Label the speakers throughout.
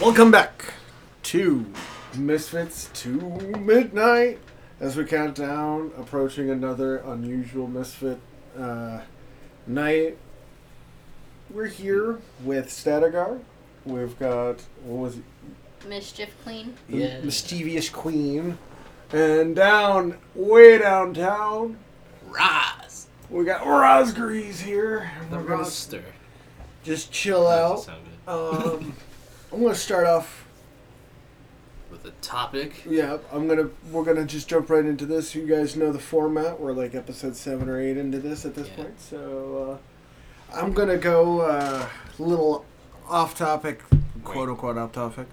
Speaker 1: Welcome back to Misfits to Midnight as we count down, approaching another unusual Misfit uh, night. We're here with Statigar. We've got, what was it?
Speaker 2: Mischief Clean.
Speaker 1: The
Speaker 3: Yeah.
Speaker 1: Mischievous Queen. And down, way downtown,
Speaker 3: Roz.
Speaker 1: we got Rosgrees here.
Speaker 3: The
Speaker 1: We're gonna
Speaker 3: roster.
Speaker 1: just chill
Speaker 3: That
Speaker 1: out.
Speaker 3: sounded good.
Speaker 1: Um, I'm going to start off
Speaker 3: With a topic.
Speaker 1: Yeah, I'm gonna. We're gonna just jump right into this. You guys know the format. We're like episode seven or eight into this at this
Speaker 3: Yeah.
Speaker 1: point. So uh, I'm gonna go uh, a little off topic, quote unquote off topic.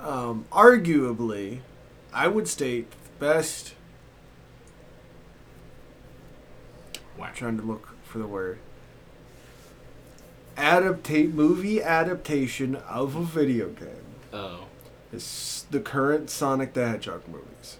Speaker 1: Um, arguably, I would state the best.
Speaker 3: Wow.
Speaker 1: Trying to look for the word. Adaptate movie adaptation of a video game
Speaker 3: Oh,
Speaker 1: is the current Sonic the Hedgehog movies.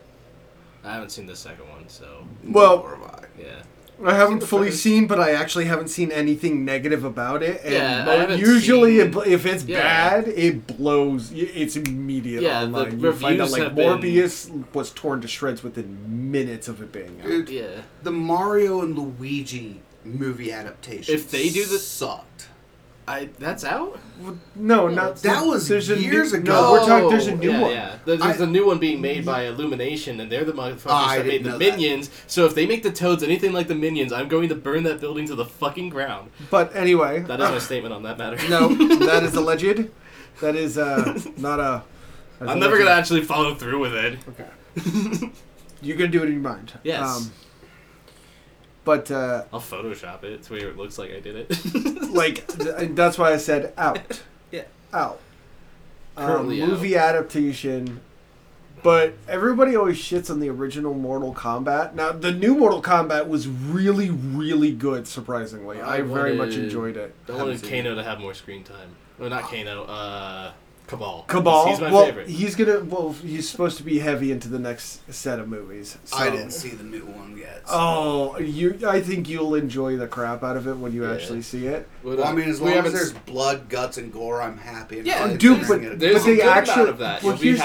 Speaker 3: I haven't seen the second one, so
Speaker 1: Well,
Speaker 3: yeah.
Speaker 1: I haven't
Speaker 3: the
Speaker 1: fully
Speaker 3: first.
Speaker 1: seen, but I actually haven't seen anything negative about it. And
Speaker 3: Yeah, I
Speaker 1: mo-
Speaker 3: haven't
Speaker 1: usually,
Speaker 3: seen-
Speaker 1: it bl- if it's
Speaker 3: Yeah.
Speaker 1: bad, it blows. y- It's immediate
Speaker 3: Yeah, the
Speaker 1: online. You find out
Speaker 3: reviews
Speaker 1: like
Speaker 3: have been-
Speaker 1: Morbius was torn to shreds within minutes of it being out.
Speaker 4: Dude,
Speaker 3: Yeah.
Speaker 4: the Mario and Luigi movie adaptation.
Speaker 3: If they do the-
Speaker 4: sucked.
Speaker 3: I that's out.
Speaker 1: No,
Speaker 2: No,
Speaker 1: not
Speaker 4: that was
Speaker 1: there's a
Speaker 4: years
Speaker 1: new,
Speaker 4: ago.
Speaker 1: No, we're talking. There's a new
Speaker 3: Oh, yeah,
Speaker 1: one.
Speaker 3: Yeah, there's, there's
Speaker 4: I-
Speaker 3: a new one being made by Illumination, and they're the
Speaker 1: Oh,
Speaker 3: motherfuckers
Speaker 4: I
Speaker 3: that
Speaker 4: didn't
Speaker 3: made the
Speaker 4: know that.
Speaker 3: minions. So if they make the toads anything like the minions, I'm going to burn that building to the fucking ground.
Speaker 1: But anyway, uh,
Speaker 3: That is my statement on that matter.
Speaker 1: no, that is alleged. That is uh, not a. that's
Speaker 3: I'm never
Speaker 1: alleged.
Speaker 3: gonna actually follow through with it.
Speaker 1: Okay. You're gonna do it in your mind. Um,
Speaker 3: Yes.
Speaker 1: but uh,
Speaker 3: I'll Photoshop it to where it looks like I did it.
Speaker 1: like th- that's why I said out.
Speaker 3: Yeah.
Speaker 1: Out. Um,
Speaker 3: Currently out.
Speaker 1: movie adaptation. But everybody always shits on the original Mortal Kombat. Now the new Mortal Kombat was really, really good. Surprisingly, I,
Speaker 3: I
Speaker 1: very much
Speaker 3: wanted-
Speaker 1: enjoyed it.
Speaker 3: I
Speaker 4: Haven't
Speaker 3: wanted
Speaker 4: seen
Speaker 3: Kano to have more screen time. Well, not Kano. Uh, Cabal.
Speaker 1: Cabal.
Speaker 3: He's my
Speaker 1: well,
Speaker 3: favorite.
Speaker 1: he's gonna. Well, he's supposed to be heavy into the next set of movies. So.
Speaker 4: I didn't see the new one yet.
Speaker 1: Oh, you! I think you'll enjoy the crap out of it when you
Speaker 3: Yeah.
Speaker 1: actually see it.
Speaker 3: Well,
Speaker 4: Well, I mean, as
Speaker 3: we
Speaker 4: long as
Speaker 3: haven't
Speaker 4: there's
Speaker 3: s-
Speaker 4: blood, guts, and gore, I'm happy. and
Speaker 3: Yeah,
Speaker 4: I'm
Speaker 1: dude,
Speaker 4: just
Speaker 1: but-
Speaker 4: gonna-
Speaker 3: there's
Speaker 1: but
Speaker 3: a
Speaker 1: they
Speaker 3: good amount
Speaker 1: actually-
Speaker 3: of that.
Speaker 1: well,
Speaker 3: You'll be
Speaker 1: here's the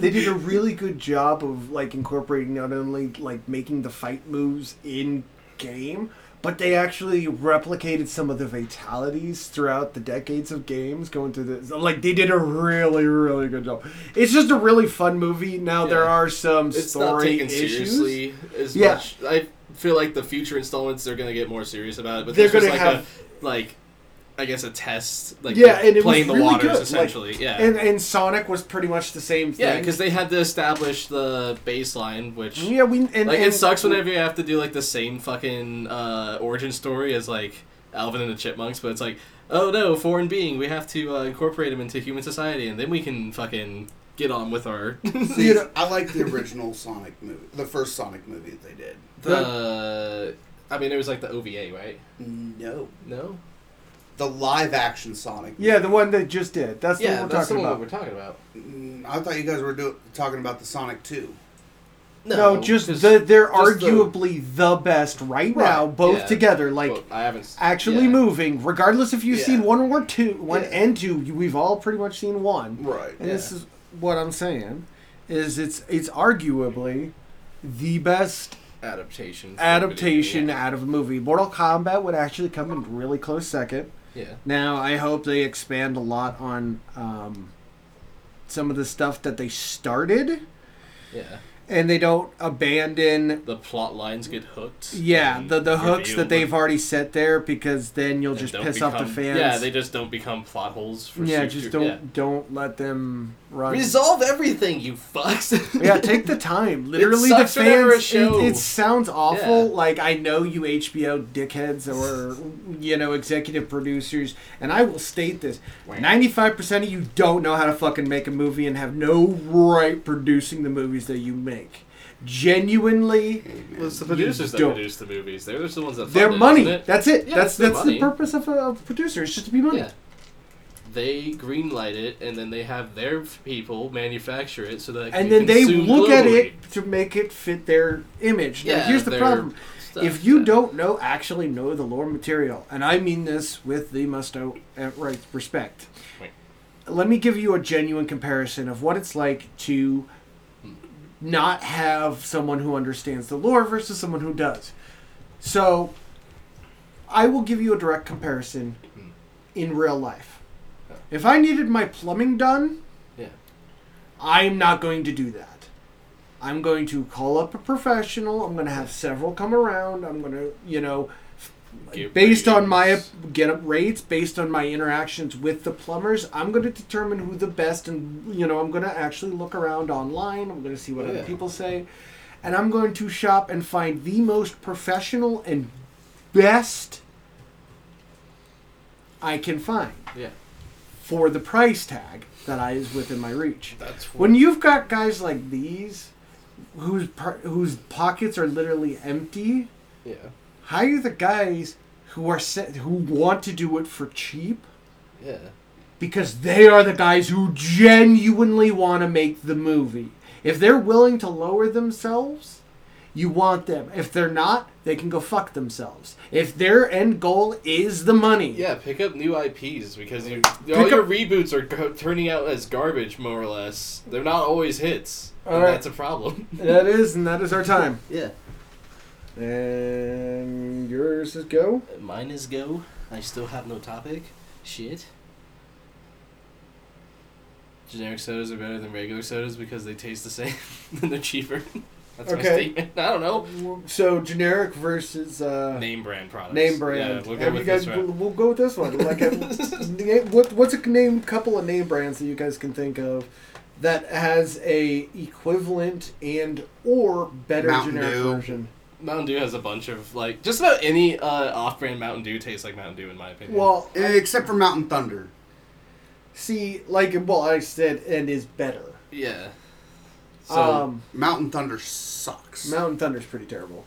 Speaker 1: they did a really good job of like incorporating not only like making the fight moves in game but they actually replicated some of the fatalities throughout the decades of games going through this like they did a really really good job it's just a really fun movie now there
Speaker 3: Yeah.
Speaker 1: are some
Speaker 3: it's
Speaker 1: story
Speaker 3: not taken
Speaker 1: issues
Speaker 3: seriously as
Speaker 1: Yeah.
Speaker 3: much. I feel like the future installments they're gonna get more serious about it, but
Speaker 1: They're
Speaker 3: this was
Speaker 1: gonna
Speaker 3: like
Speaker 1: have-
Speaker 3: a like I guess a test, like
Speaker 1: Yeah, and it was
Speaker 3: playing the
Speaker 1: really
Speaker 3: waters
Speaker 1: good, like,
Speaker 3: essentially. yeah,
Speaker 1: and and sonic was pretty much the same thing
Speaker 3: yeah, because they had to establish the baseline, which
Speaker 1: yeah we and,
Speaker 3: like
Speaker 1: and-
Speaker 3: it sucks whenever you have to do like the same fucking uh, origin story as like Alvin and the Chipmunks, but it's like, oh no, foreign being, we have to uh, incorporate him into human society, and then we can fucking get on with our
Speaker 4: See,
Speaker 1: You know-
Speaker 4: I like the original Sonic movie, the first Sonic movie that they did.
Speaker 3: the. uh, I mean, it was like the OVA, right?
Speaker 4: No,
Speaker 3: No.
Speaker 4: the live-action Sonic.
Speaker 1: yeah the one they just did that's the
Speaker 3: yeah,
Speaker 1: one we're
Speaker 3: that's the
Speaker 1: talking
Speaker 3: one
Speaker 1: about
Speaker 3: we're talking about.
Speaker 4: Mm, I thought you guys were do- talking about the Sonic Two.
Speaker 1: No, just the, they're
Speaker 3: just the-
Speaker 1: arguably the, best right,
Speaker 4: Right,
Speaker 1: now, both
Speaker 3: yeah.
Speaker 1: together, like
Speaker 3: well, I haven't s-
Speaker 1: actually
Speaker 3: yeah.
Speaker 1: moving. Regardless if you've
Speaker 4: Yeah.
Speaker 1: seen one or two, one
Speaker 4: Yeah.
Speaker 1: and two, you- we've all pretty much seen one.
Speaker 4: Right.
Speaker 1: And this
Speaker 3: yeah.
Speaker 1: is what I'm saying is it's it's arguably the best
Speaker 3: adaptation. for
Speaker 1: adaptation
Speaker 3: video,
Speaker 1: out of a movie. Mortal Kombat would actually come in really close second.
Speaker 3: Yeah. yeah.
Speaker 1: Now I hope they expand a lot on um, some of the stuff that they started.
Speaker 3: Yeah.
Speaker 1: And they don't abandon
Speaker 3: The plot lines get hooked.
Speaker 1: Yeah,
Speaker 3: and
Speaker 1: the the hooks
Speaker 3: revealed
Speaker 1: that they've already set there because then you'll
Speaker 3: and
Speaker 1: just
Speaker 3: don't
Speaker 1: piss off the
Speaker 3: become-
Speaker 1: fans.
Speaker 3: Yeah, they just don't become plot holes for
Speaker 1: Yeah,
Speaker 3: future-
Speaker 1: just don't
Speaker 3: yeah.
Speaker 1: don't let them run.
Speaker 3: Resolve everything, you fucks.
Speaker 1: yeah, take the time. Literally, the
Speaker 3: sucks whenever a
Speaker 1: fans. It,
Speaker 3: show-
Speaker 1: it sounds awful.
Speaker 3: Yeah.
Speaker 1: Like I know you HBO dickheads or you know executive producers, and I will state this: ninety-five percent of you don't know how to fucking make a movie and have no right producing the movies that you make. Genuinely,
Speaker 3: Well, it's the
Speaker 1: You
Speaker 3: producers that
Speaker 1: don't.
Speaker 3: produce the movies. They're just the ones that fund
Speaker 1: their
Speaker 3: it,
Speaker 1: money.
Speaker 3: isn't it?
Speaker 1: That's it.
Speaker 3: Yeah,
Speaker 1: that's
Speaker 3: it's their
Speaker 1: that's the
Speaker 3: money.
Speaker 1: purpose of a, of a producer. It's just to be money.
Speaker 3: Yeah. They greenlight it, and then they have their people manufacture it so that it can
Speaker 1: and
Speaker 3: be
Speaker 1: then they
Speaker 3: consumed
Speaker 1: look at
Speaker 3: globally.
Speaker 1: it to make it fit their image. Now,
Speaker 3: Yeah,
Speaker 1: here's the
Speaker 3: their
Speaker 1: problem:
Speaker 3: stuff,
Speaker 1: if you
Speaker 3: yeah.
Speaker 1: don't know actually know the lore material, and I mean this with the must know uh, right respect,
Speaker 3: Wait.
Speaker 1: let me give you a genuine comparison of what it's like to not have someone who understands the lore versus someone who does. So, I will give you a direct comparison in real life. If I needed my plumbing done,
Speaker 3: Yeah.
Speaker 1: I'm not going to do that. I'm going to call up a professional. I'm going to have several come around. I'm going to, you know,
Speaker 3: Get
Speaker 1: based on my
Speaker 3: ratings.
Speaker 1: get up rates, based on my interactions with the plumbers, I'm going to determine who the best and you know, I'm going to actually look around online. I'm going to see what other
Speaker 3: Yeah.
Speaker 1: people say. And I'm going to shop and find the most professional and best I can find
Speaker 3: Yeah.
Speaker 1: for the price tag that I is within my reach.
Speaker 3: That's
Speaker 1: When you've got guys like these, whose par- whose pockets are literally empty,
Speaker 3: Yeah.
Speaker 1: hire the guys who are set, who want to do it for cheap
Speaker 3: Yeah.
Speaker 1: because they are the guys who genuinely want to make the movie. If they're willing to lower themselves, you want them. If they're not, they can go fuck themselves. If their end goal is the money,
Speaker 3: Yeah, pick up new IPs because you all
Speaker 1: Pick
Speaker 3: your reboots are go- turning out as garbage, more or less. They're not always hits. and
Speaker 1: Alright.
Speaker 3: That's a problem.
Speaker 1: that is, and that is our time.
Speaker 4: Yeah.
Speaker 1: And yours is go.
Speaker 3: Mine is go. I still have no topic. Shit. Generic sodas are better than regular sodas because they taste the same and they're cheaper. That's my
Speaker 1: Okay.
Speaker 3: statement. I don't know.
Speaker 1: So generic versus uh,
Speaker 3: Name brand products.
Speaker 1: name brand.
Speaker 3: Yeah, we'll go
Speaker 1: Have
Speaker 3: with
Speaker 1: you guys?
Speaker 3: this
Speaker 1: We'll,
Speaker 3: route.
Speaker 1: we'll go with this one. Like, I- name- what, what's a name? Couple of name brands that you guys can think of that has a equivalent and or better
Speaker 4: Mountain
Speaker 1: generic
Speaker 4: Dew.
Speaker 1: version.
Speaker 3: Mountain Dew has a bunch of like just about any uh, off-brand Mountain Dew tastes like Mountain Dew in my opinion.
Speaker 1: Well,
Speaker 4: Except for Mountain Thunder.
Speaker 1: see, like, well, I said, and is better.
Speaker 3: yeah. So
Speaker 1: um,
Speaker 4: Mountain Thunder sucks.
Speaker 1: Mountain Thunder's pretty terrible.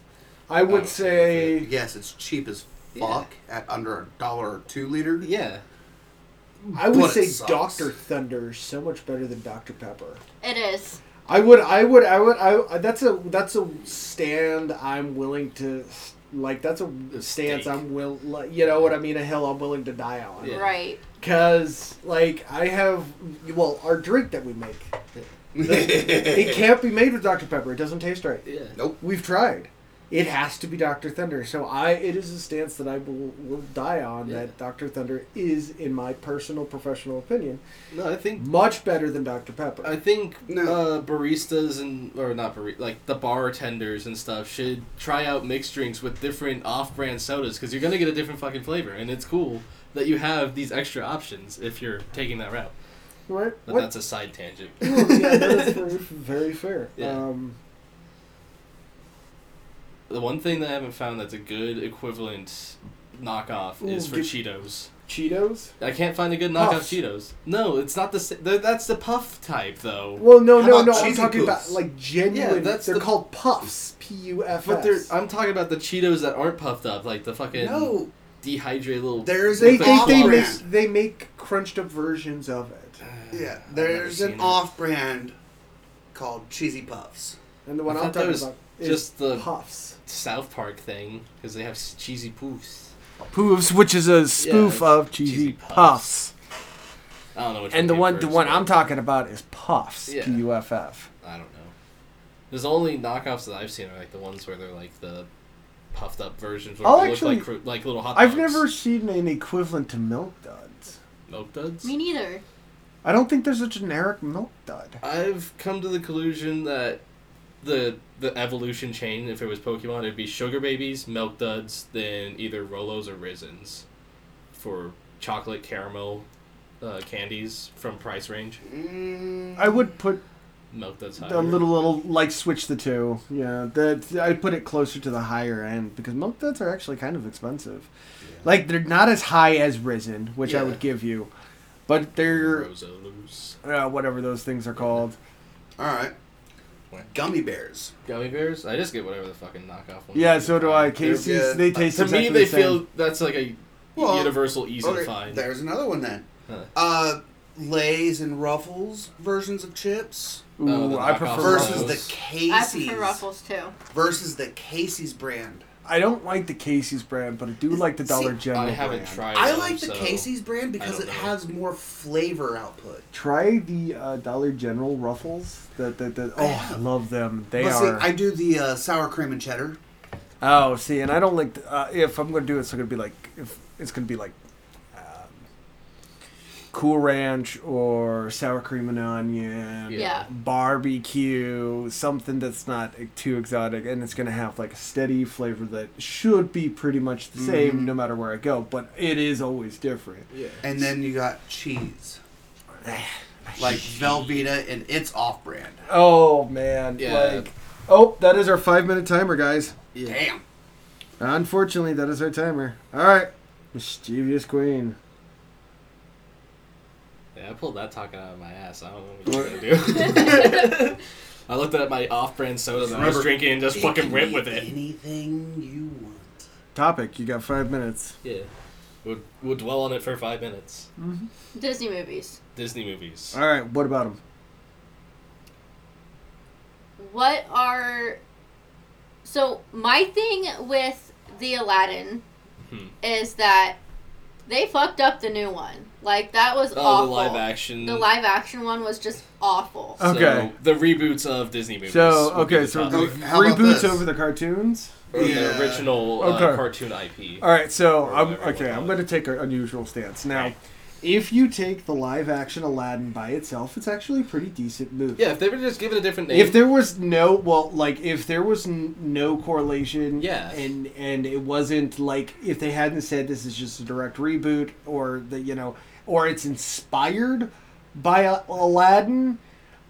Speaker 1: I would
Speaker 3: Oh,
Speaker 1: say
Speaker 4: yes, it's cheap as fuck at under a dollar or two liter.
Speaker 3: yeah,
Speaker 1: I would
Speaker 4: but it
Speaker 1: say
Speaker 4: sucks.
Speaker 1: Doctor Thunder is so much better than Doctor Pepper.
Speaker 2: It is.
Speaker 1: I would, I would, I would, I. That's a that's a stand I'm willing to like. That's a stance
Speaker 3: stake.
Speaker 1: I'm will. like, You know what I mean? A hill I'm willing to die on.
Speaker 3: Yeah.
Speaker 2: Right.
Speaker 1: Cause like I have, well, our drink that we make, it
Speaker 4: it
Speaker 1: can't be made with Dr Pepper. It doesn't taste right.
Speaker 3: yeah.
Speaker 4: Nope.
Speaker 1: We've tried. It has to be Dr Thunder. So I, it is a stance that I will, will die on.
Speaker 3: Yeah.
Speaker 1: That Dr Thunder is, in my personal professional opinion,
Speaker 3: No, I think
Speaker 1: much better than Dr Pepper.
Speaker 3: I think
Speaker 4: No.
Speaker 3: uh, baristas and or not barista, like the bartenders and stuff should try out mixed drinks with different off-brand sodas because you're gonna get a different fucking flavor, and it's cool that you have these extra options if you're taking that route.
Speaker 1: right?
Speaker 3: But
Speaker 1: What-
Speaker 3: that's a side tangent.
Speaker 1: Well, yeah, that's very, very fair.
Speaker 3: Yeah.
Speaker 1: Um,
Speaker 3: the one thing that I haven't found that's a good equivalent knockoff is
Speaker 1: Ooh,
Speaker 3: for
Speaker 1: get-
Speaker 3: Cheetos.
Speaker 1: Cheetos?
Speaker 3: I can't find a good knockoff
Speaker 1: Puffs.
Speaker 3: Cheetos. No, it's not the sa- th- that's the puff type though.
Speaker 1: Well, no,
Speaker 4: How
Speaker 1: no,
Speaker 4: about
Speaker 1: no. I'm
Speaker 4: Cheesy
Speaker 1: talking about
Speaker 4: Puffs?
Speaker 1: like genuine.
Speaker 3: Yeah, that's
Speaker 1: they're
Speaker 3: the-
Speaker 1: called puffs. P U F
Speaker 3: But they're,
Speaker 1: S.
Speaker 3: I'm talking about the Cheetos that aren't puffed up, like the fucking
Speaker 4: No,
Speaker 3: dehydrated little.
Speaker 4: there's
Speaker 1: They
Speaker 4: an
Speaker 1: they,
Speaker 4: off
Speaker 1: they
Speaker 4: brand.
Speaker 1: make they make crunched up versions of it.
Speaker 4: yeah,
Speaker 3: uh, I've never
Speaker 4: there's
Speaker 3: seen
Speaker 4: an
Speaker 3: it.
Speaker 4: off brand called Cheesy Puffs.
Speaker 1: And the one
Speaker 3: I
Speaker 1: I'm
Speaker 3: thought that
Speaker 1: talking
Speaker 3: was
Speaker 1: about is
Speaker 3: just the-
Speaker 1: puffs.
Speaker 3: South Park thing because they have s- cheesy poofs.
Speaker 1: Poofs, which is a
Speaker 3: spoof Yeah, of Cheesy Cheesy Puffs. I don't know which. came first, but
Speaker 1: talking about is puffs.
Speaker 3: Yeah.
Speaker 1: U F F.
Speaker 3: I don't know. There's only knockoffs that I've seen are like the ones where they're like the puffed up versions where
Speaker 1: I'll
Speaker 3: they
Speaker 1: actually-
Speaker 3: look like cru- like little hot dogs.
Speaker 1: I've never seen an equivalent to Milk Duds.
Speaker 3: milk duds.
Speaker 2: Me neither.
Speaker 1: I don't think there's a generic Milk Dud.
Speaker 3: I've come to the conclusion that the the evolution chain, if it was Pokemon, it'd be sugar babies, milk duds, then either Rolos or Risens for chocolate caramel uh, candies from price range.
Speaker 4: Mm,
Speaker 1: I would put
Speaker 3: Milk duds higher.
Speaker 1: a little little like switch the two yeah that i put it closer to the higher end because milk duds are actually kind of expensive like they're not as high as risen which i
Speaker 3: Yeah.
Speaker 1: would give you but they're
Speaker 3: Rosolos.
Speaker 1: uh, whatever those things are called
Speaker 4: all right. Gummy bears.
Speaker 3: Gummy bears? I just get whatever the fucking knockoff one.
Speaker 1: yeah so do i
Speaker 3: Casey.
Speaker 1: casey's
Speaker 4: yeah.
Speaker 1: they taste
Speaker 3: To
Speaker 1: exactly
Speaker 3: me, they
Speaker 1: the same.
Speaker 3: feel that's like a
Speaker 4: Well,
Speaker 3: universal, easy
Speaker 4: Okay,
Speaker 3: to find.
Speaker 4: There's another one then.
Speaker 3: Huh.
Speaker 4: Uh, Lay's and Ruffles versions of chips
Speaker 1: Ooh,
Speaker 3: Oh, the
Speaker 1: i
Speaker 3: knockoff
Speaker 1: prefer
Speaker 4: versus
Speaker 3: Ruffles.
Speaker 4: the
Speaker 1: those.
Speaker 2: I
Speaker 4: Casey's
Speaker 2: prefer Ruffles too.
Speaker 4: versus the Casey's brand.
Speaker 1: I don't like the Casey's brand, but I do like the
Speaker 4: See,
Speaker 1: Dollar General.
Speaker 3: I haven't
Speaker 1: brand.
Speaker 3: tried.
Speaker 4: I
Speaker 3: them,
Speaker 4: like the
Speaker 3: so-
Speaker 4: Casey's brand because
Speaker 3: don't
Speaker 4: it
Speaker 3: know.
Speaker 4: has more flavor output.
Speaker 1: Try the uh, Dollar General ruffles. That that that. Oh, I love them. They
Speaker 4: But see,
Speaker 1: are.
Speaker 4: I do the uh, sour cream and cheddar.
Speaker 1: oh, see, and I don't like. The, uh, if I'm gonna do it, it's gonna be like if it's gonna be like um, Cool Ranch or sour cream and onion.
Speaker 3: Yeah.
Speaker 2: Yeah.
Speaker 1: Barbecue, something that's not eh, too exotic, and it's gonna have like a steady flavor that should be pretty much the
Speaker 3: Mm-hmm.
Speaker 1: same no matter where I go. But it is always different.
Speaker 3: Yeah.
Speaker 4: And then you got cheese. Like Velveeta, and it's off brand.
Speaker 1: Oh man,
Speaker 3: Yeah.
Speaker 1: like oh, that is our five minute timer, guys.
Speaker 4: Damn.
Speaker 1: Unfortunately, that is our timer. All right, mischievous queen.
Speaker 3: Yeah, I pulled that talking out of my ass. I don't know what I'm gonna do. I looked at my off-brand soda that I was
Speaker 4: Remember-
Speaker 3: drinking and just
Speaker 4: It
Speaker 3: fucking
Speaker 4: can
Speaker 3: went
Speaker 4: be
Speaker 3: with it.
Speaker 4: Anything you want.
Speaker 1: Topic, you got five minutes.
Speaker 3: Yeah, we'll, we'll dwell on it for five minutes.
Speaker 2: Disney movies.
Speaker 3: Disney movies.
Speaker 1: All right, what about them?
Speaker 2: What are so my thing with the Aladdin
Speaker 3: Hmm.
Speaker 2: is that they fucked up the new one. Like that was
Speaker 3: Oh,
Speaker 2: awful.
Speaker 3: the live action.
Speaker 2: The live action one was just awful.
Speaker 3: Uh,
Speaker 1: Oh. Okay.
Speaker 3: So, the reboots of Disney movies.
Speaker 1: So
Speaker 3: would be
Speaker 1: okay,
Speaker 3: the
Speaker 1: so
Speaker 3: top.
Speaker 1: the
Speaker 4: Oh, how about
Speaker 1: reboots
Speaker 4: this?
Speaker 1: over the cartoons.
Speaker 3: Or
Speaker 4: Yeah.
Speaker 3: the original uh,
Speaker 1: Okay.
Speaker 3: cartoon IP.
Speaker 1: All right, so I'm
Speaker 3: Or whatever you
Speaker 1: okay.
Speaker 3: wanna
Speaker 1: I'm
Speaker 3: call it.
Speaker 1: going to take an unusual stance now.
Speaker 3: Okay.
Speaker 1: If you take the live action Aladdin by itself, it's actually a pretty decent movie.
Speaker 3: Yeah, if they were just given a different name.
Speaker 1: If there was no well, like if there was n- no correlation,
Speaker 3: Yeah.
Speaker 1: and and it wasn't like if they hadn't said this is just a direct reboot or the you know or it's inspired by a- Aladdin,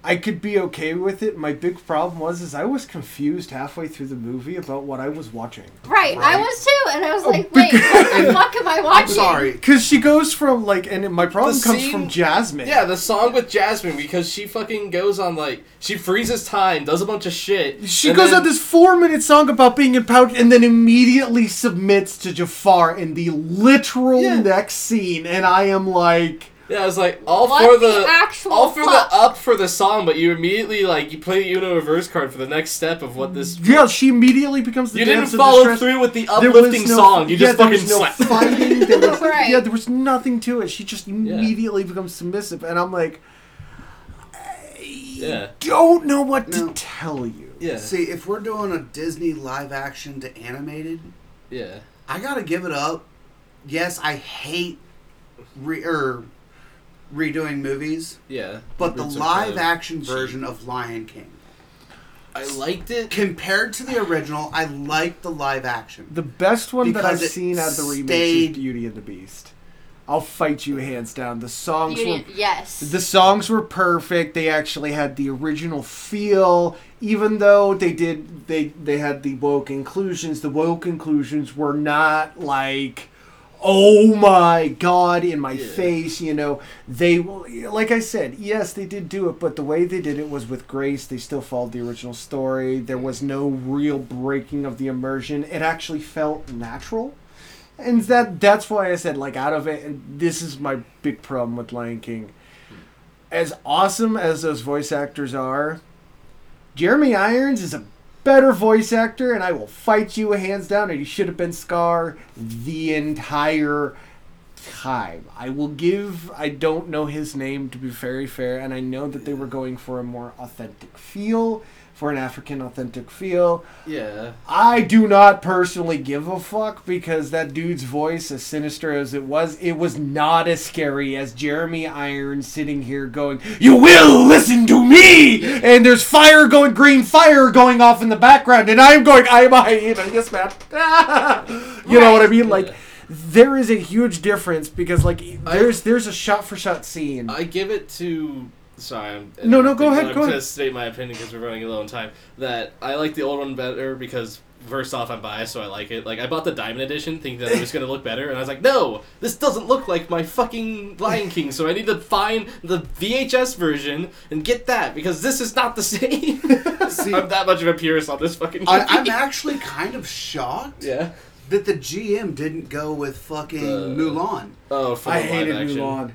Speaker 1: I could be okay with it. My big problem was is I was confused halfway through the movie about what I was watching.
Speaker 2: Right, I
Speaker 4: Right.
Speaker 2: was too, and I was like, wait, what the fuck am I watching?
Speaker 4: I'm sorry.
Speaker 1: Cause she goes from like, and my problem
Speaker 3: The
Speaker 1: comes
Speaker 3: scene-
Speaker 1: from Jasmine.
Speaker 3: Yeah, the song with Jasmine because she fucking goes on like she freezes time, does a bunch of shit.
Speaker 1: She
Speaker 3: and
Speaker 1: goes
Speaker 3: then-
Speaker 1: on this four minute song about being empowered and then immediately submits to Jafar in the literal
Speaker 3: Yeah.
Speaker 1: next scene. And I am like,
Speaker 3: Yeah, I was like all
Speaker 2: What
Speaker 3: for
Speaker 2: the
Speaker 3: the
Speaker 2: actual
Speaker 3: all for
Speaker 2: fuck?
Speaker 3: the up for the song, but you immediately like you play the Uno reverse card for the next step of what this.
Speaker 1: yeah, she immediately becomes the
Speaker 3: You didn't
Speaker 1: dance of
Speaker 3: follow
Speaker 1: distress.
Speaker 3: through with the
Speaker 1: There was
Speaker 3: uplifting
Speaker 1: no-
Speaker 3: song. You
Speaker 1: yeah,
Speaker 3: just
Speaker 1: there
Speaker 3: fucking
Speaker 1: was no
Speaker 3: slept.
Speaker 1: fighting. There was,
Speaker 2: Right.
Speaker 1: Yeah, there was nothing to it. She just immediately becomes submissive, and I'm like,
Speaker 3: yeah,
Speaker 1: don't know what
Speaker 4: No.
Speaker 1: to tell you.
Speaker 3: yeah,
Speaker 4: See, if we're doing a Disney live action to animated,
Speaker 3: yeah.
Speaker 4: I gotta give it up. Yes, I hate re- er, redoing movies,
Speaker 3: Yeah,
Speaker 4: but the
Speaker 3: Reboots are
Speaker 4: live
Speaker 3: kinda
Speaker 4: action
Speaker 3: cheap.
Speaker 4: version of Lion King,
Speaker 3: I liked it.
Speaker 4: compared to the original, I like the live action.
Speaker 1: The best one that
Speaker 4: Because
Speaker 1: I've
Speaker 4: it
Speaker 1: seen out of the remakes
Speaker 4: stayed-
Speaker 1: is Beauty and the Beast. I'll fight you hands down. The songs
Speaker 2: You
Speaker 1: were
Speaker 2: didn't- yes.
Speaker 1: The songs were perfect. They actually had the original feel, even though they did they they had the woke inclusions. The woke inclusions were not like, oh my god, in my
Speaker 3: Yeah.
Speaker 1: face. You know, they like I said, yes, they did do it, but the way they did it was with grace. They still followed the original story. There was no real breaking of the immersion. It actually felt natural. And that that's why I said like out of it and this is my big problem with Lion King. As awesome as those voice actors are, Jeremy Irons is a better voice actor and I will fight you hands down and he should have been Scar the entire time. I will give I don't know his name to be very fair and I know that they were going for a more authentic feel, for an African authentic feel.
Speaker 3: Yeah,
Speaker 1: I do not personally give a fuck because that dude's voice, as sinister as it was, it was not as scary as Jeremy Irons sitting here going, You will listen to me! And there's fire going, green fire going off in the background, and I'm going, I am a hyena, yes, man. you know what I mean? Like,
Speaker 3: Yeah.
Speaker 1: there is a huge difference because, like, there's there's a shot for shot scene.
Speaker 3: I give it to. Sorry, I'm,
Speaker 1: No, no, go
Speaker 3: I'm
Speaker 1: ahead, go
Speaker 3: gonna
Speaker 1: ahead.
Speaker 3: state my opinion because we're running low on time. That I like the old one better because first off, I'm biased, so I like it. Like I bought the diamond edition, thinking that it was gonna look better, and I was like, no, this doesn't look like my fucking Lion King. So I need to find the VHS version and get that because this is not the same.
Speaker 4: See-
Speaker 3: I'm that much of a purist on this fucking.
Speaker 4: I,
Speaker 3: movie.
Speaker 4: I'm actually kind of shocked
Speaker 3: yeah.
Speaker 4: that the GM didn't go with fucking
Speaker 3: The-
Speaker 4: Mulan.
Speaker 3: Oh, for
Speaker 1: I
Speaker 3: the
Speaker 1: hated
Speaker 3: live action.
Speaker 1: Mulan.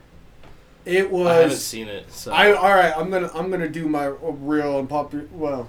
Speaker 1: It was.
Speaker 3: I haven't seen it. So
Speaker 1: I all right. I'm gonna I'm gonna do my real unpopular well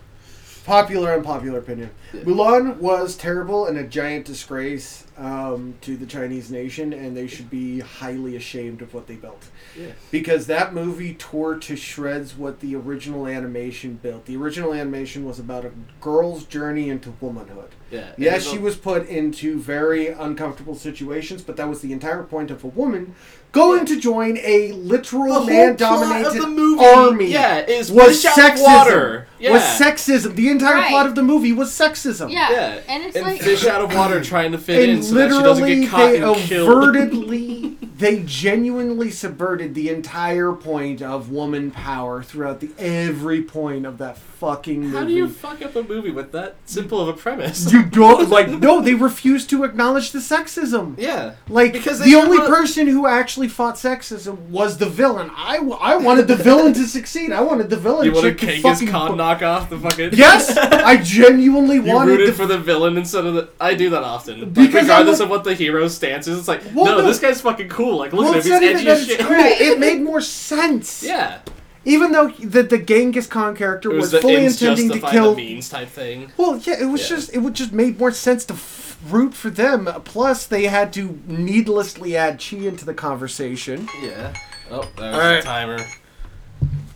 Speaker 1: popular unpopular opinion. Mulan was terrible and a giant disgrace um, to the Chinese nation, and they should be highly ashamed of what they built
Speaker 3: Yeah.
Speaker 1: because that movie tore to shreds what the original animation built. The original animation was about a girl's journey into womanhood.
Speaker 3: Yeah.
Speaker 1: Yeah,
Speaker 3: And
Speaker 1: she
Speaker 3: the-
Speaker 1: was put into very uncomfortable situations, but that was the entire point of a woman going to join a literal
Speaker 3: whole plot
Speaker 1: man-dominated
Speaker 3: of the movie,
Speaker 1: army.
Speaker 3: yeah, is
Speaker 1: was
Speaker 3: push out
Speaker 1: sexism.
Speaker 3: water. Yeah.
Speaker 1: Was sexism. The entire
Speaker 2: Right.
Speaker 1: plot of the movie was sexism.
Speaker 2: Yeah.
Speaker 3: Yeah.
Speaker 2: And it's
Speaker 3: and
Speaker 2: like
Speaker 3: fish out of water trying to fit
Speaker 1: And
Speaker 3: in so that she doesn't
Speaker 1: literally,
Speaker 3: get caught
Speaker 1: they
Speaker 3: and killed.
Speaker 1: overtly, they genuinely subverted the entire point of woman power throughout the every point of that fucking movie.
Speaker 3: How do you fuck up a movie with that simple of a premise?
Speaker 1: You don't like no. They refuse to acknowledge the sexism.
Speaker 3: Yeah.
Speaker 1: Like
Speaker 3: Because they
Speaker 1: the only
Speaker 3: never-
Speaker 1: person who actually fought sexism was the villain. I, w- I wanted the villain to succeed. I wanted the villain.
Speaker 3: You want to
Speaker 1: chick to
Speaker 3: Kangas
Speaker 1: fucking-
Speaker 3: Khan knock off the fucking.
Speaker 1: Yes, I genuinely
Speaker 3: You
Speaker 1: wanted
Speaker 3: rooted
Speaker 1: the
Speaker 3: for the villain instead of the. I do that often. Like,
Speaker 1: Because I
Speaker 3: regardless
Speaker 1: would-
Speaker 3: of what the hero's stance is, it's like,
Speaker 1: Well,
Speaker 3: no,
Speaker 1: no.
Speaker 3: this guy's fucking cool. Like, look
Speaker 1: Well,
Speaker 3: at
Speaker 1: it's
Speaker 3: him,
Speaker 1: not
Speaker 3: he's
Speaker 1: even
Speaker 3: edgy
Speaker 1: that
Speaker 3: as
Speaker 1: it's
Speaker 3: shit.
Speaker 1: cool. It made more sense.
Speaker 3: Yeah.
Speaker 1: Even though the, the Genghis Khan character
Speaker 3: It
Speaker 1: was,
Speaker 3: was, the
Speaker 1: fully
Speaker 3: ends
Speaker 1: intending to
Speaker 3: justify
Speaker 1: kill.
Speaker 3: the means type thing.
Speaker 1: Well, yeah, it was
Speaker 3: Yeah.
Speaker 1: just it would just made more sense to f- root for them. Plus, they had to needlessly add chi into the conversation.
Speaker 3: Yeah. Oh, that was
Speaker 1: Alright.
Speaker 3: the timer.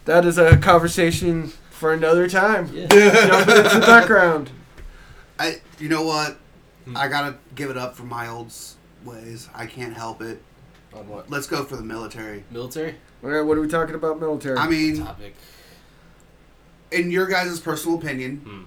Speaker 1: That is a conversation for another time.
Speaker 3: Yeah.
Speaker 1: Jumping into the background.
Speaker 4: I, you know what?
Speaker 1: Hmm.
Speaker 4: I gotta give it up for my old s- ways. I can't help it.
Speaker 3: On what?
Speaker 4: Let's go for the military.
Speaker 3: Military
Speaker 1: All right, what are we talking about military?
Speaker 4: I mean,
Speaker 3: topic.
Speaker 4: in your guys' personal opinion,
Speaker 3: Hmm.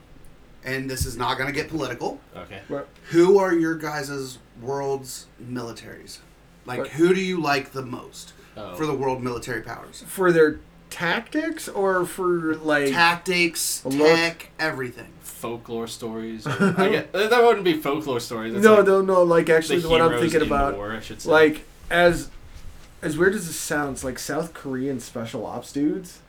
Speaker 4: and this is not gonna get political.
Speaker 3: Okay.
Speaker 1: What-
Speaker 4: Who are your guys' world's militaries? Like,
Speaker 1: Right.
Speaker 4: who do you like the most
Speaker 3: Oh.
Speaker 4: for the world military powers?
Speaker 1: for their tactics or for like
Speaker 4: Tactics,
Speaker 1: A look.
Speaker 4: tech, everything.
Speaker 3: folklore stories. Or, I guess, that wouldn't be folklore stories. It's
Speaker 1: No,
Speaker 3: like
Speaker 1: no, no, like
Speaker 3: the
Speaker 1: actually what I'm
Speaker 3: heroes
Speaker 1: thinking
Speaker 3: in the
Speaker 1: about
Speaker 3: war, I should say.
Speaker 1: like as as weird as this sounds, like South Korean special ops dudes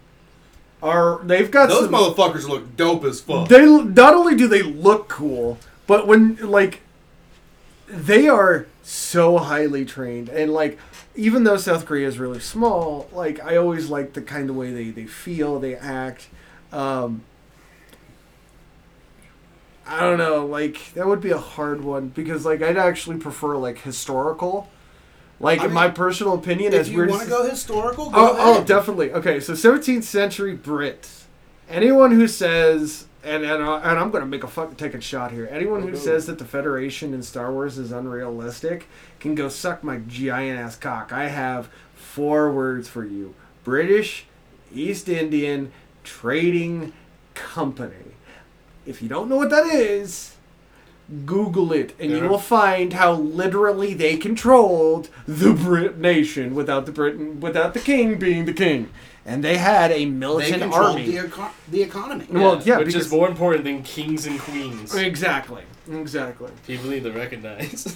Speaker 1: are they've got some,
Speaker 4: motherfuckers look dope as fuck.
Speaker 1: they not only do they look cool, but when like they are so highly trained and like even though South Korea is really small, like I always like the kind of way they they feel, they act. Um, I don't know, like that would be a hard one because like I'd actually prefer like historical. Like
Speaker 4: I
Speaker 1: in my
Speaker 4: mean,
Speaker 1: personal opinion, as
Speaker 4: If you
Speaker 1: weird
Speaker 4: want
Speaker 1: as
Speaker 4: to go historical, go
Speaker 1: Oh, oh,
Speaker 4: ahead.
Speaker 1: definitely. Okay, so 17th century Brits. Anyone who says, and and, I- and I'm gonna make a fucking take a shot here. Anyone who
Speaker 3: Okay.
Speaker 1: says that the Federation in Star Wars is unrealistic can go suck my giant ass cock. I have four words for you: British East Indian Trading Company. If you don't know what that is, Google it, and you
Speaker 3: Yeah.
Speaker 1: will find how literally they controlled the Brit nation without the Britain, without the king being the king, and they had a
Speaker 4: they
Speaker 1: militant
Speaker 4: control
Speaker 1: army.
Speaker 4: the, eco- the economy.
Speaker 1: Yeah. well, yeah,
Speaker 3: which
Speaker 1: because-
Speaker 3: is more important than kings and queens.
Speaker 1: exactly, exactly.
Speaker 3: People need to recognize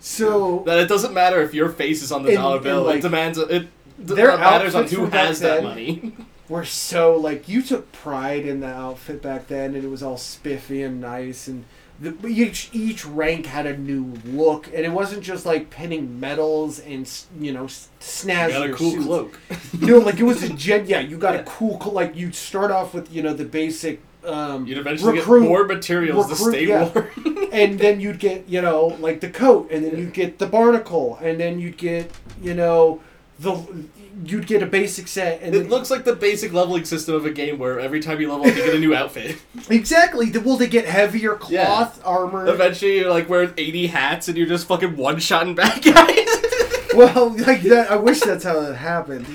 Speaker 1: So
Speaker 3: that it doesn't matter if your face is on the
Speaker 1: And-
Speaker 3: dollar
Speaker 1: and,
Speaker 3: bill.
Speaker 1: like,
Speaker 3: it demands it. d-
Speaker 1: their
Speaker 3: uh, matters on
Speaker 1: outfits
Speaker 3: who
Speaker 1: from back
Speaker 3: has that
Speaker 1: then-
Speaker 3: money.
Speaker 1: we're so like you took pride in the outfit back then, and it was all spiffy and nice, and the, each each rank had a new look, and it wasn't just like pinning medals and s- you know s- snazzier
Speaker 3: Got a cool
Speaker 1: suits.
Speaker 3: cloak.
Speaker 1: You know, like it was a gen. Yeah, you got a
Speaker 3: Yeah.
Speaker 1: cool, co- like you start off with you know the basic. Um,
Speaker 3: You'd eventually
Speaker 1: recruit,
Speaker 3: get more materials
Speaker 1: recruit,
Speaker 3: to stay
Speaker 1: yeah.
Speaker 3: warm.
Speaker 1: and then you'd get you know like the coat, and then you'd get the barnacle, and then you'd get you know the you'd get a basic set, and
Speaker 3: it
Speaker 1: then-
Speaker 3: looks like the basic leveling system of a game where every time you level up, you get a new outfit.
Speaker 1: exactly. The, well, they get heavier cloth armor.
Speaker 3: Eventually, you're like wearing 80 hats and you're just fucking one shotting bad guys.
Speaker 1: well, like that. I wish that's how that happened,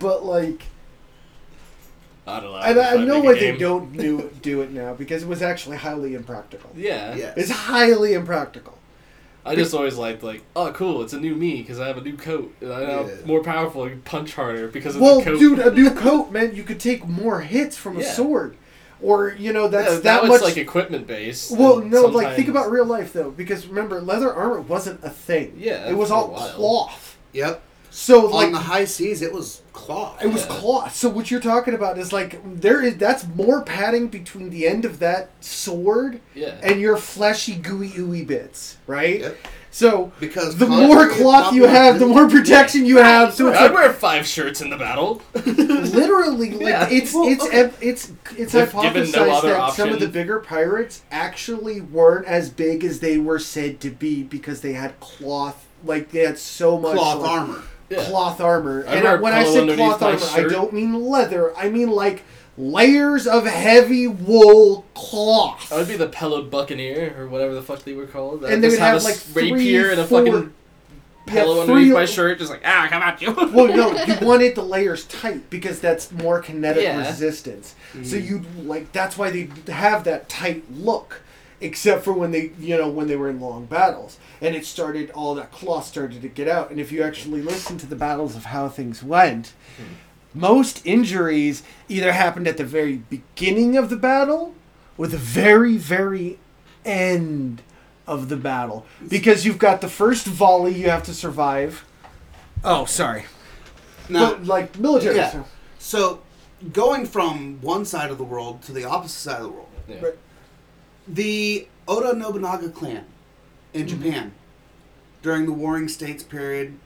Speaker 1: but like.
Speaker 3: I don't know.
Speaker 1: And I, I
Speaker 3: Probably
Speaker 1: know
Speaker 3: make a
Speaker 1: why they
Speaker 3: game.
Speaker 1: don't do, do it now because it was actually highly impractical.
Speaker 3: Yeah.
Speaker 4: Yes.
Speaker 1: It's highly impractical.
Speaker 3: I just always liked like, oh, cool, it's a new me because I have a new coat. And I know
Speaker 4: Yeah.
Speaker 3: more powerful and punch harder because of
Speaker 1: Well,
Speaker 3: the coat.
Speaker 1: dude, a new coat meant you could take more hits from a
Speaker 3: Yeah.
Speaker 1: sword, or you know
Speaker 3: Yeah,
Speaker 1: that's
Speaker 3: now
Speaker 1: that much.
Speaker 3: it's like equipment based.
Speaker 1: well,
Speaker 3: and
Speaker 1: no, like think
Speaker 3: sometimes-
Speaker 1: about real life though, because remember, leather armor wasn't a thing.
Speaker 3: Yeah,
Speaker 1: it was
Speaker 3: for a
Speaker 1: all
Speaker 3: while.
Speaker 1: cloth.
Speaker 4: Yep.
Speaker 1: So
Speaker 4: On
Speaker 1: like
Speaker 4: the high seas, it was cloth.
Speaker 1: it was
Speaker 3: Yeah.
Speaker 1: cloth. So what you're talking about is like there is that's more padding between the end of that sword
Speaker 3: yeah,
Speaker 1: and your fleshy gooey ooey bits, right?
Speaker 4: Yep.
Speaker 1: So
Speaker 4: Because
Speaker 1: the
Speaker 4: contrary
Speaker 1: more
Speaker 4: to
Speaker 1: cloth you
Speaker 4: popular
Speaker 1: have, the
Speaker 4: belief-
Speaker 1: more protection you have. So it's
Speaker 3: I'd
Speaker 1: like
Speaker 3: wear five shirts in the battle.
Speaker 1: literally like
Speaker 3: Yeah.
Speaker 1: it's
Speaker 3: Well,
Speaker 1: it's
Speaker 3: okay.
Speaker 1: ev- it's it's
Speaker 3: If given
Speaker 1: hypothesized
Speaker 3: no other
Speaker 1: that some of
Speaker 3: option.
Speaker 1: the bigger pirates actually weren't as big as they were said to be because they had cloth like they had so much
Speaker 4: cloth
Speaker 1: like,
Speaker 4: armor.
Speaker 3: Yeah.
Speaker 1: cloth armor.
Speaker 3: I
Speaker 1: and
Speaker 3: wear
Speaker 1: when I
Speaker 3: polo
Speaker 1: said
Speaker 3: underneath
Speaker 1: cloth
Speaker 3: my
Speaker 1: armor, I
Speaker 3: shirt.
Speaker 1: don't mean leather. I mean like layers of heavy wool cloth.
Speaker 3: I would be the pellowed buccaneer or whatever the fuck they were called. I'd
Speaker 1: And they
Speaker 3: just
Speaker 1: would have,
Speaker 3: a
Speaker 1: like,
Speaker 3: s-
Speaker 1: three,
Speaker 3: rapier and a
Speaker 1: four-
Speaker 3: fucking
Speaker 1: Yeah,
Speaker 3: pillow
Speaker 1: three-
Speaker 3: underneath my shirt, just like ah, come at you.
Speaker 1: Well, no, you wanted the layers tight because that's more kinetic
Speaker 3: Yeah.
Speaker 1: resistance. So you like that's why they have that tight look, except for when they you know when they were in long battles and it started all that cloth started to get out. And if you actually listen to the battles of how things went, most injuries either happened at the very beginning of the battle or the very very end of the battle because you've got the first volley you have to survive. Oh, sorry.
Speaker 4: Now,
Speaker 1: Well, like military.
Speaker 4: Yeah.
Speaker 1: so-
Speaker 4: so going from one side of the world to the opposite side of the world,
Speaker 3: Yeah.
Speaker 1: Right.
Speaker 4: the Oda Nobunaga clan in
Speaker 1: Mm-hmm.
Speaker 4: Japan during the Warring States period,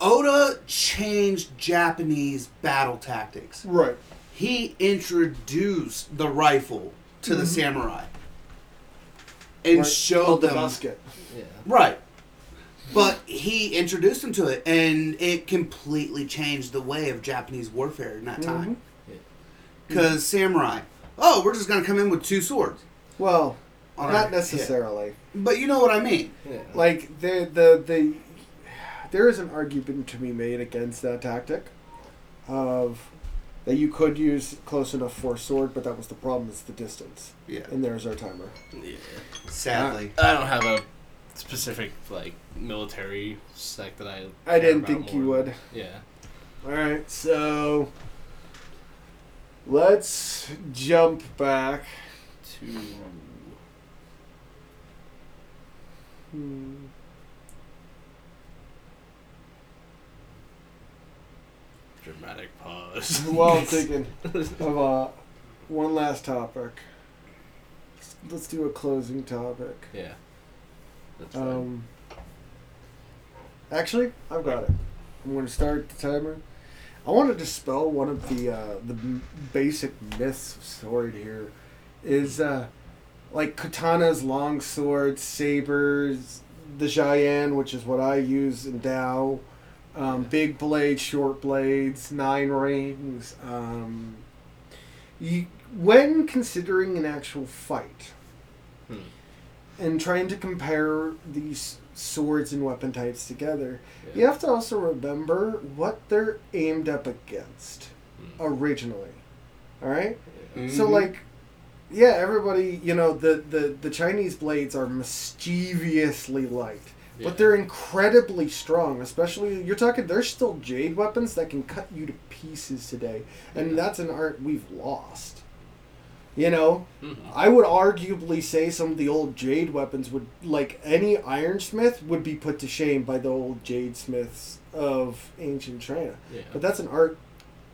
Speaker 4: Oda changed Japanese battle tactics.
Speaker 1: Right.
Speaker 4: He introduced the rifle to the samurai and
Speaker 1: Mm-hmm. Right. Oh,
Speaker 4: showed
Speaker 1: the
Speaker 4: them
Speaker 1: musket.
Speaker 3: Yeah.
Speaker 4: Right. But he introduced him to it, and it completely changed the way of Japanese warfare in that time.
Speaker 3: Yeah.
Speaker 4: Because samurai, oh, we're just going to come in with two swords.
Speaker 1: Well,
Speaker 4: All
Speaker 1: not
Speaker 4: right,
Speaker 1: necessarily.
Speaker 4: But you know what I mean.
Speaker 3: Yeah.
Speaker 1: Like the the the there is an argument to be made against that tactic of that you could use close enough for a sword, but that was the problem is the distance.
Speaker 4: Yeah.
Speaker 1: And there's our timer.
Speaker 3: yeah.
Speaker 4: Sadly.
Speaker 3: I don't have a specific like military sec that I.
Speaker 1: I
Speaker 3: care
Speaker 1: didn't
Speaker 3: about
Speaker 1: think you
Speaker 3: more.
Speaker 1: would.
Speaker 3: Yeah.
Speaker 1: All right, so let's jump back.
Speaker 3: Two.
Speaker 1: Hmm.
Speaker 3: Dramatic pause.
Speaker 1: While I'm thinking of uh, one last topic, let's do a closing topic.
Speaker 3: yeah. That's fine.
Speaker 1: Um, actually, I've got it. I'm going to start the timer. I want to dispel one of the uh, the m- basic myths of sword here. Is uh, like katanas, long swords, sabers, the Jian, which is what I use in Dao, um, big blades, short blades, nine rings. Um, you, when considering an actual fight,
Speaker 3: Hmm.
Speaker 1: and trying to compare these swords and weapon types together, you
Speaker 3: Yeah.
Speaker 1: have to also remember what they're aimed up against
Speaker 3: Mm.
Speaker 1: originally. All right? So
Speaker 3: Mm-hmm.
Speaker 4: Mhm.
Speaker 1: like yeah, everybody, you know, the the the Chinese blades are mischievously light,
Speaker 3: Yeah.
Speaker 1: but they're incredibly strong, especially you're talking there's still jade weapons that can cut you to pieces today, and
Speaker 3: Yeah.
Speaker 1: that's an art we've lost. You know,
Speaker 3: Mhm.
Speaker 1: I would arguably say some of the old jade weapons would, like any ironsmith, would be put to shame by the old jade smiths of ancient China.
Speaker 3: Yeah. Mm-hmm.
Speaker 1: But that's an art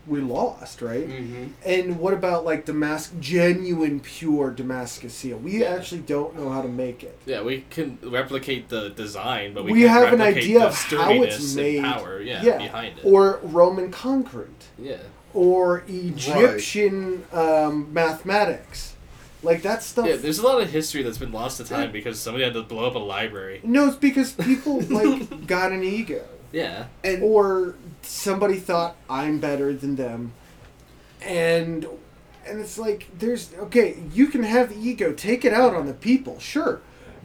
Speaker 1: we lost, right?
Speaker 4: Mhm.
Speaker 1: And what about like Damascus, genuine pure Damascus seal? We
Speaker 3: Yeah.
Speaker 1: actually don't know how to make it.
Speaker 3: Yeah, we can replicate the design, but we,
Speaker 1: We
Speaker 3: can't
Speaker 1: have an
Speaker 3: replicate
Speaker 1: idea
Speaker 3: the
Speaker 1: of how it's
Speaker 3: sturdiness and
Speaker 1: made.
Speaker 3: Power, yeah, behind it.
Speaker 1: Or Roman concrete.
Speaker 3: yeah,
Speaker 1: Or Egyptian um, mathematics. Like that stuff.
Speaker 3: yeah. There's a lot of history that's been lost to time because somebody had to blow up a library.
Speaker 1: no, it's because people like got an ego.
Speaker 3: Yeah,
Speaker 4: And
Speaker 1: or somebody thought I'm better than them, and and it's like there's okay, you can have the ego, take it out on the people, sure.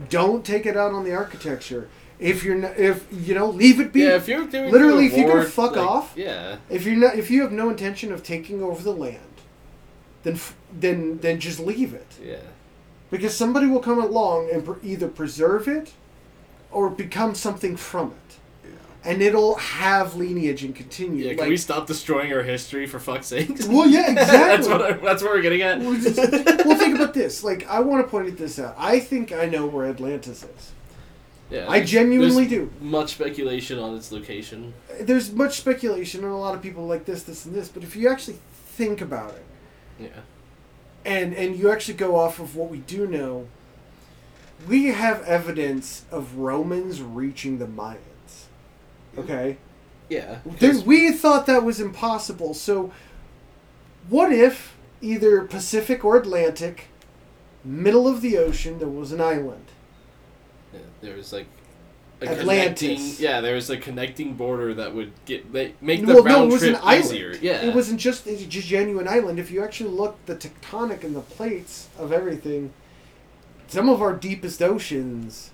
Speaker 1: Don't take it out on the architecture. If you're not, if you know, leave it be.
Speaker 3: yeah. If you're doing
Speaker 1: literally,
Speaker 3: a
Speaker 1: if you're gonna
Speaker 3: war,
Speaker 1: fuck
Speaker 3: like,
Speaker 1: off,
Speaker 3: yeah,
Speaker 1: If you're not, if you have no intention of taking over the land, then f- then then just leave it
Speaker 3: yeah,
Speaker 1: because somebody will come along and pre- either preserve it or become something from it. And it'll have lineage and continue.
Speaker 3: yeah. Can
Speaker 1: like,
Speaker 3: we stop destroying our history for fuck's sake?
Speaker 1: Well, yeah,
Speaker 3: that's
Speaker 1: exactly.
Speaker 3: what I, that's what we're getting at.
Speaker 1: well, just- well, think about this. Like, I want to point this out. I think I know where Atlantis is.
Speaker 3: yeah,
Speaker 1: I genuinely
Speaker 3: there's
Speaker 1: do.
Speaker 3: Much speculation on its location.
Speaker 1: There's much speculation and a lot of people like this, this, and this. But if you actually think about it,
Speaker 3: Yeah,
Speaker 1: and and you actually go off of what we do know, we have evidence of Romans reaching the Mayans. Okay?
Speaker 3: Yeah.
Speaker 1: There, we thought that was impossible. So, what if either Pacific or Atlantic, middle of the ocean, there was an island?
Speaker 3: Yeah, there was like a
Speaker 1: Atlantis.
Speaker 3: connecting. Yeah, there was a connecting border that would get ma- make the
Speaker 1: well, no,
Speaker 3: round
Speaker 1: it was
Speaker 3: trip
Speaker 1: an island.
Speaker 3: easier. Yeah,
Speaker 1: It wasn't just a g- genuine island. If you actually look, the tectonic and the plates of everything, some of our deepest oceans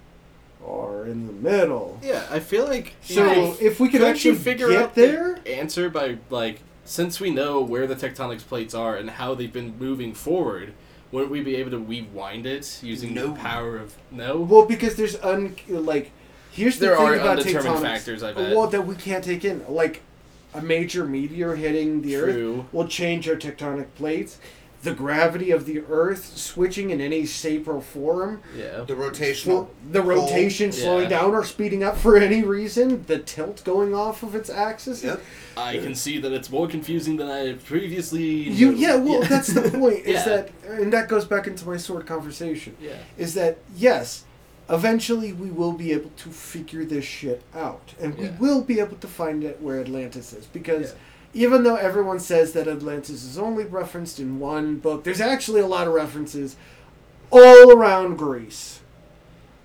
Speaker 1: are in the middle.
Speaker 3: Yeah, I feel like
Speaker 1: So,
Speaker 2: Nice.
Speaker 1: if we could
Speaker 3: Couldn't
Speaker 1: actually
Speaker 3: you figure
Speaker 1: get
Speaker 3: out
Speaker 1: there,
Speaker 3: the answer by like since we know where the tectonic plates are and how they've been moving forward, wouldn't we be able to rewind it using
Speaker 4: No.
Speaker 3: the power of no?
Speaker 1: well, because there's un like here's the
Speaker 3: there
Speaker 1: thing
Speaker 3: are
Speaker 1: about
Speaker 3: undetermined
Speaker 1: tectonics.
Speaker 3: factors. I bet.
Speaker 1: Well, that we can't take in, like a major meteor hitting the
Speaker 3: True.
Speaker 1: Earth will change our tectonic plates. The gravity of the Earth switching in any shape or form.
Speaker 3: yeah.
Speaker 4: The rotational.
Speaker 1: Well, the
Speaker 4: pull.
Speaker 1: rotation slowing
Speaker 3: Yeah.
Speaker 1: down or speeding up for any reason, the tilt going off of its axis.
Speaker 4: Yep.
Speaker 3: I can see that it's more confusing than I previously.
Speaker 1: You,
Speaker 3: knew.
Speaker 1: yeah, well, that's the point. Is
Speaker 3: Yeah.
Speaker 1: that, and that goes back into my sword conversation.
Speaker 3: yeah.
Speaker 1: Is that yes, eventually we will be able to figure this shit out, and we
Speaker 3: Yeah.
Speaker 1: will be able to find out where Atlantis is because. Even though everyone says that Atlantis is only referenced in one book, there's actually a lot of references all around Greece,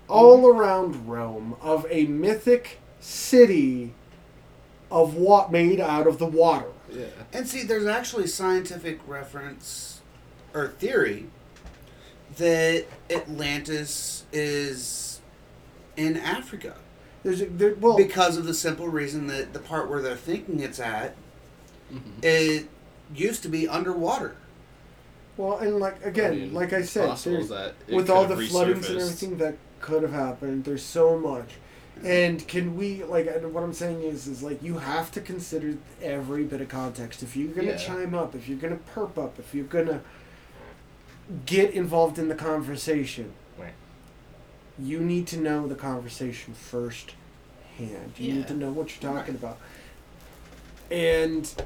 Speaker 1: all
Speaker 3: Mm-hmm.
Speaker 1: around Rome, of a mythic city of what made out of the water.
Speaker 3: Yeah.
Speaker 4: And see, there's actually scientific reference or theory that Atlantis is in Africa
Speaker 1: There's a, there, well,
Speaker 4: because of the simple reason that the part where they're thinking it's at, it used to be underwater.
Speaker 1: well, and like
Speaker 3: I
Speaker 1: again,
Speaker 3: mean,
Speaker 1: like I
Speaker 3: it's
Speaker 1: said,
Speaker 3: possible
Speaker 1: there's-
Speaker 3: that it
Speaker 1: with
Speaker 3: could
Speaker 1: all
Speaker 3: have
Speaker 1: the floodings and
Speaker 3: resurfaced.
Speaker 1: everything that could have happened there's so much and can we like and what i'm saying is is like you have to consider every bit of context if you're gonna
Speaker 3: Yeah.
Speaker 1: chime up if you're gonna perp up if you're gonna get involved in the conversation
Speaker 3: Right.
Speaker 1: you need to know the conversation first hand you
Speaker 3: Yeah.
Speaker 1: need to know what you're talking about and
Speaker 3: But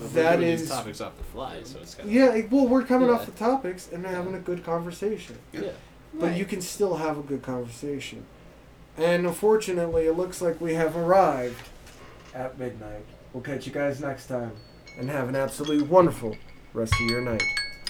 Speaker 3: we're
Speaker 1: that
Speaker 3: doing these
Speaker 1: is
Speaker 3: topics off the fly, so it's kind of
Speaker 1: yeah it- well we're coming off
Speaker 3: Yeah.
Speaker 1: the topics and having a good conversation
Speaker 3: yeah.
Speaker 1: but you can still have a good conversation. And unfortunately, it looks like we have arrived at midnight. We'll catch you guys next time, and have an absolutely wonderful rest of your night.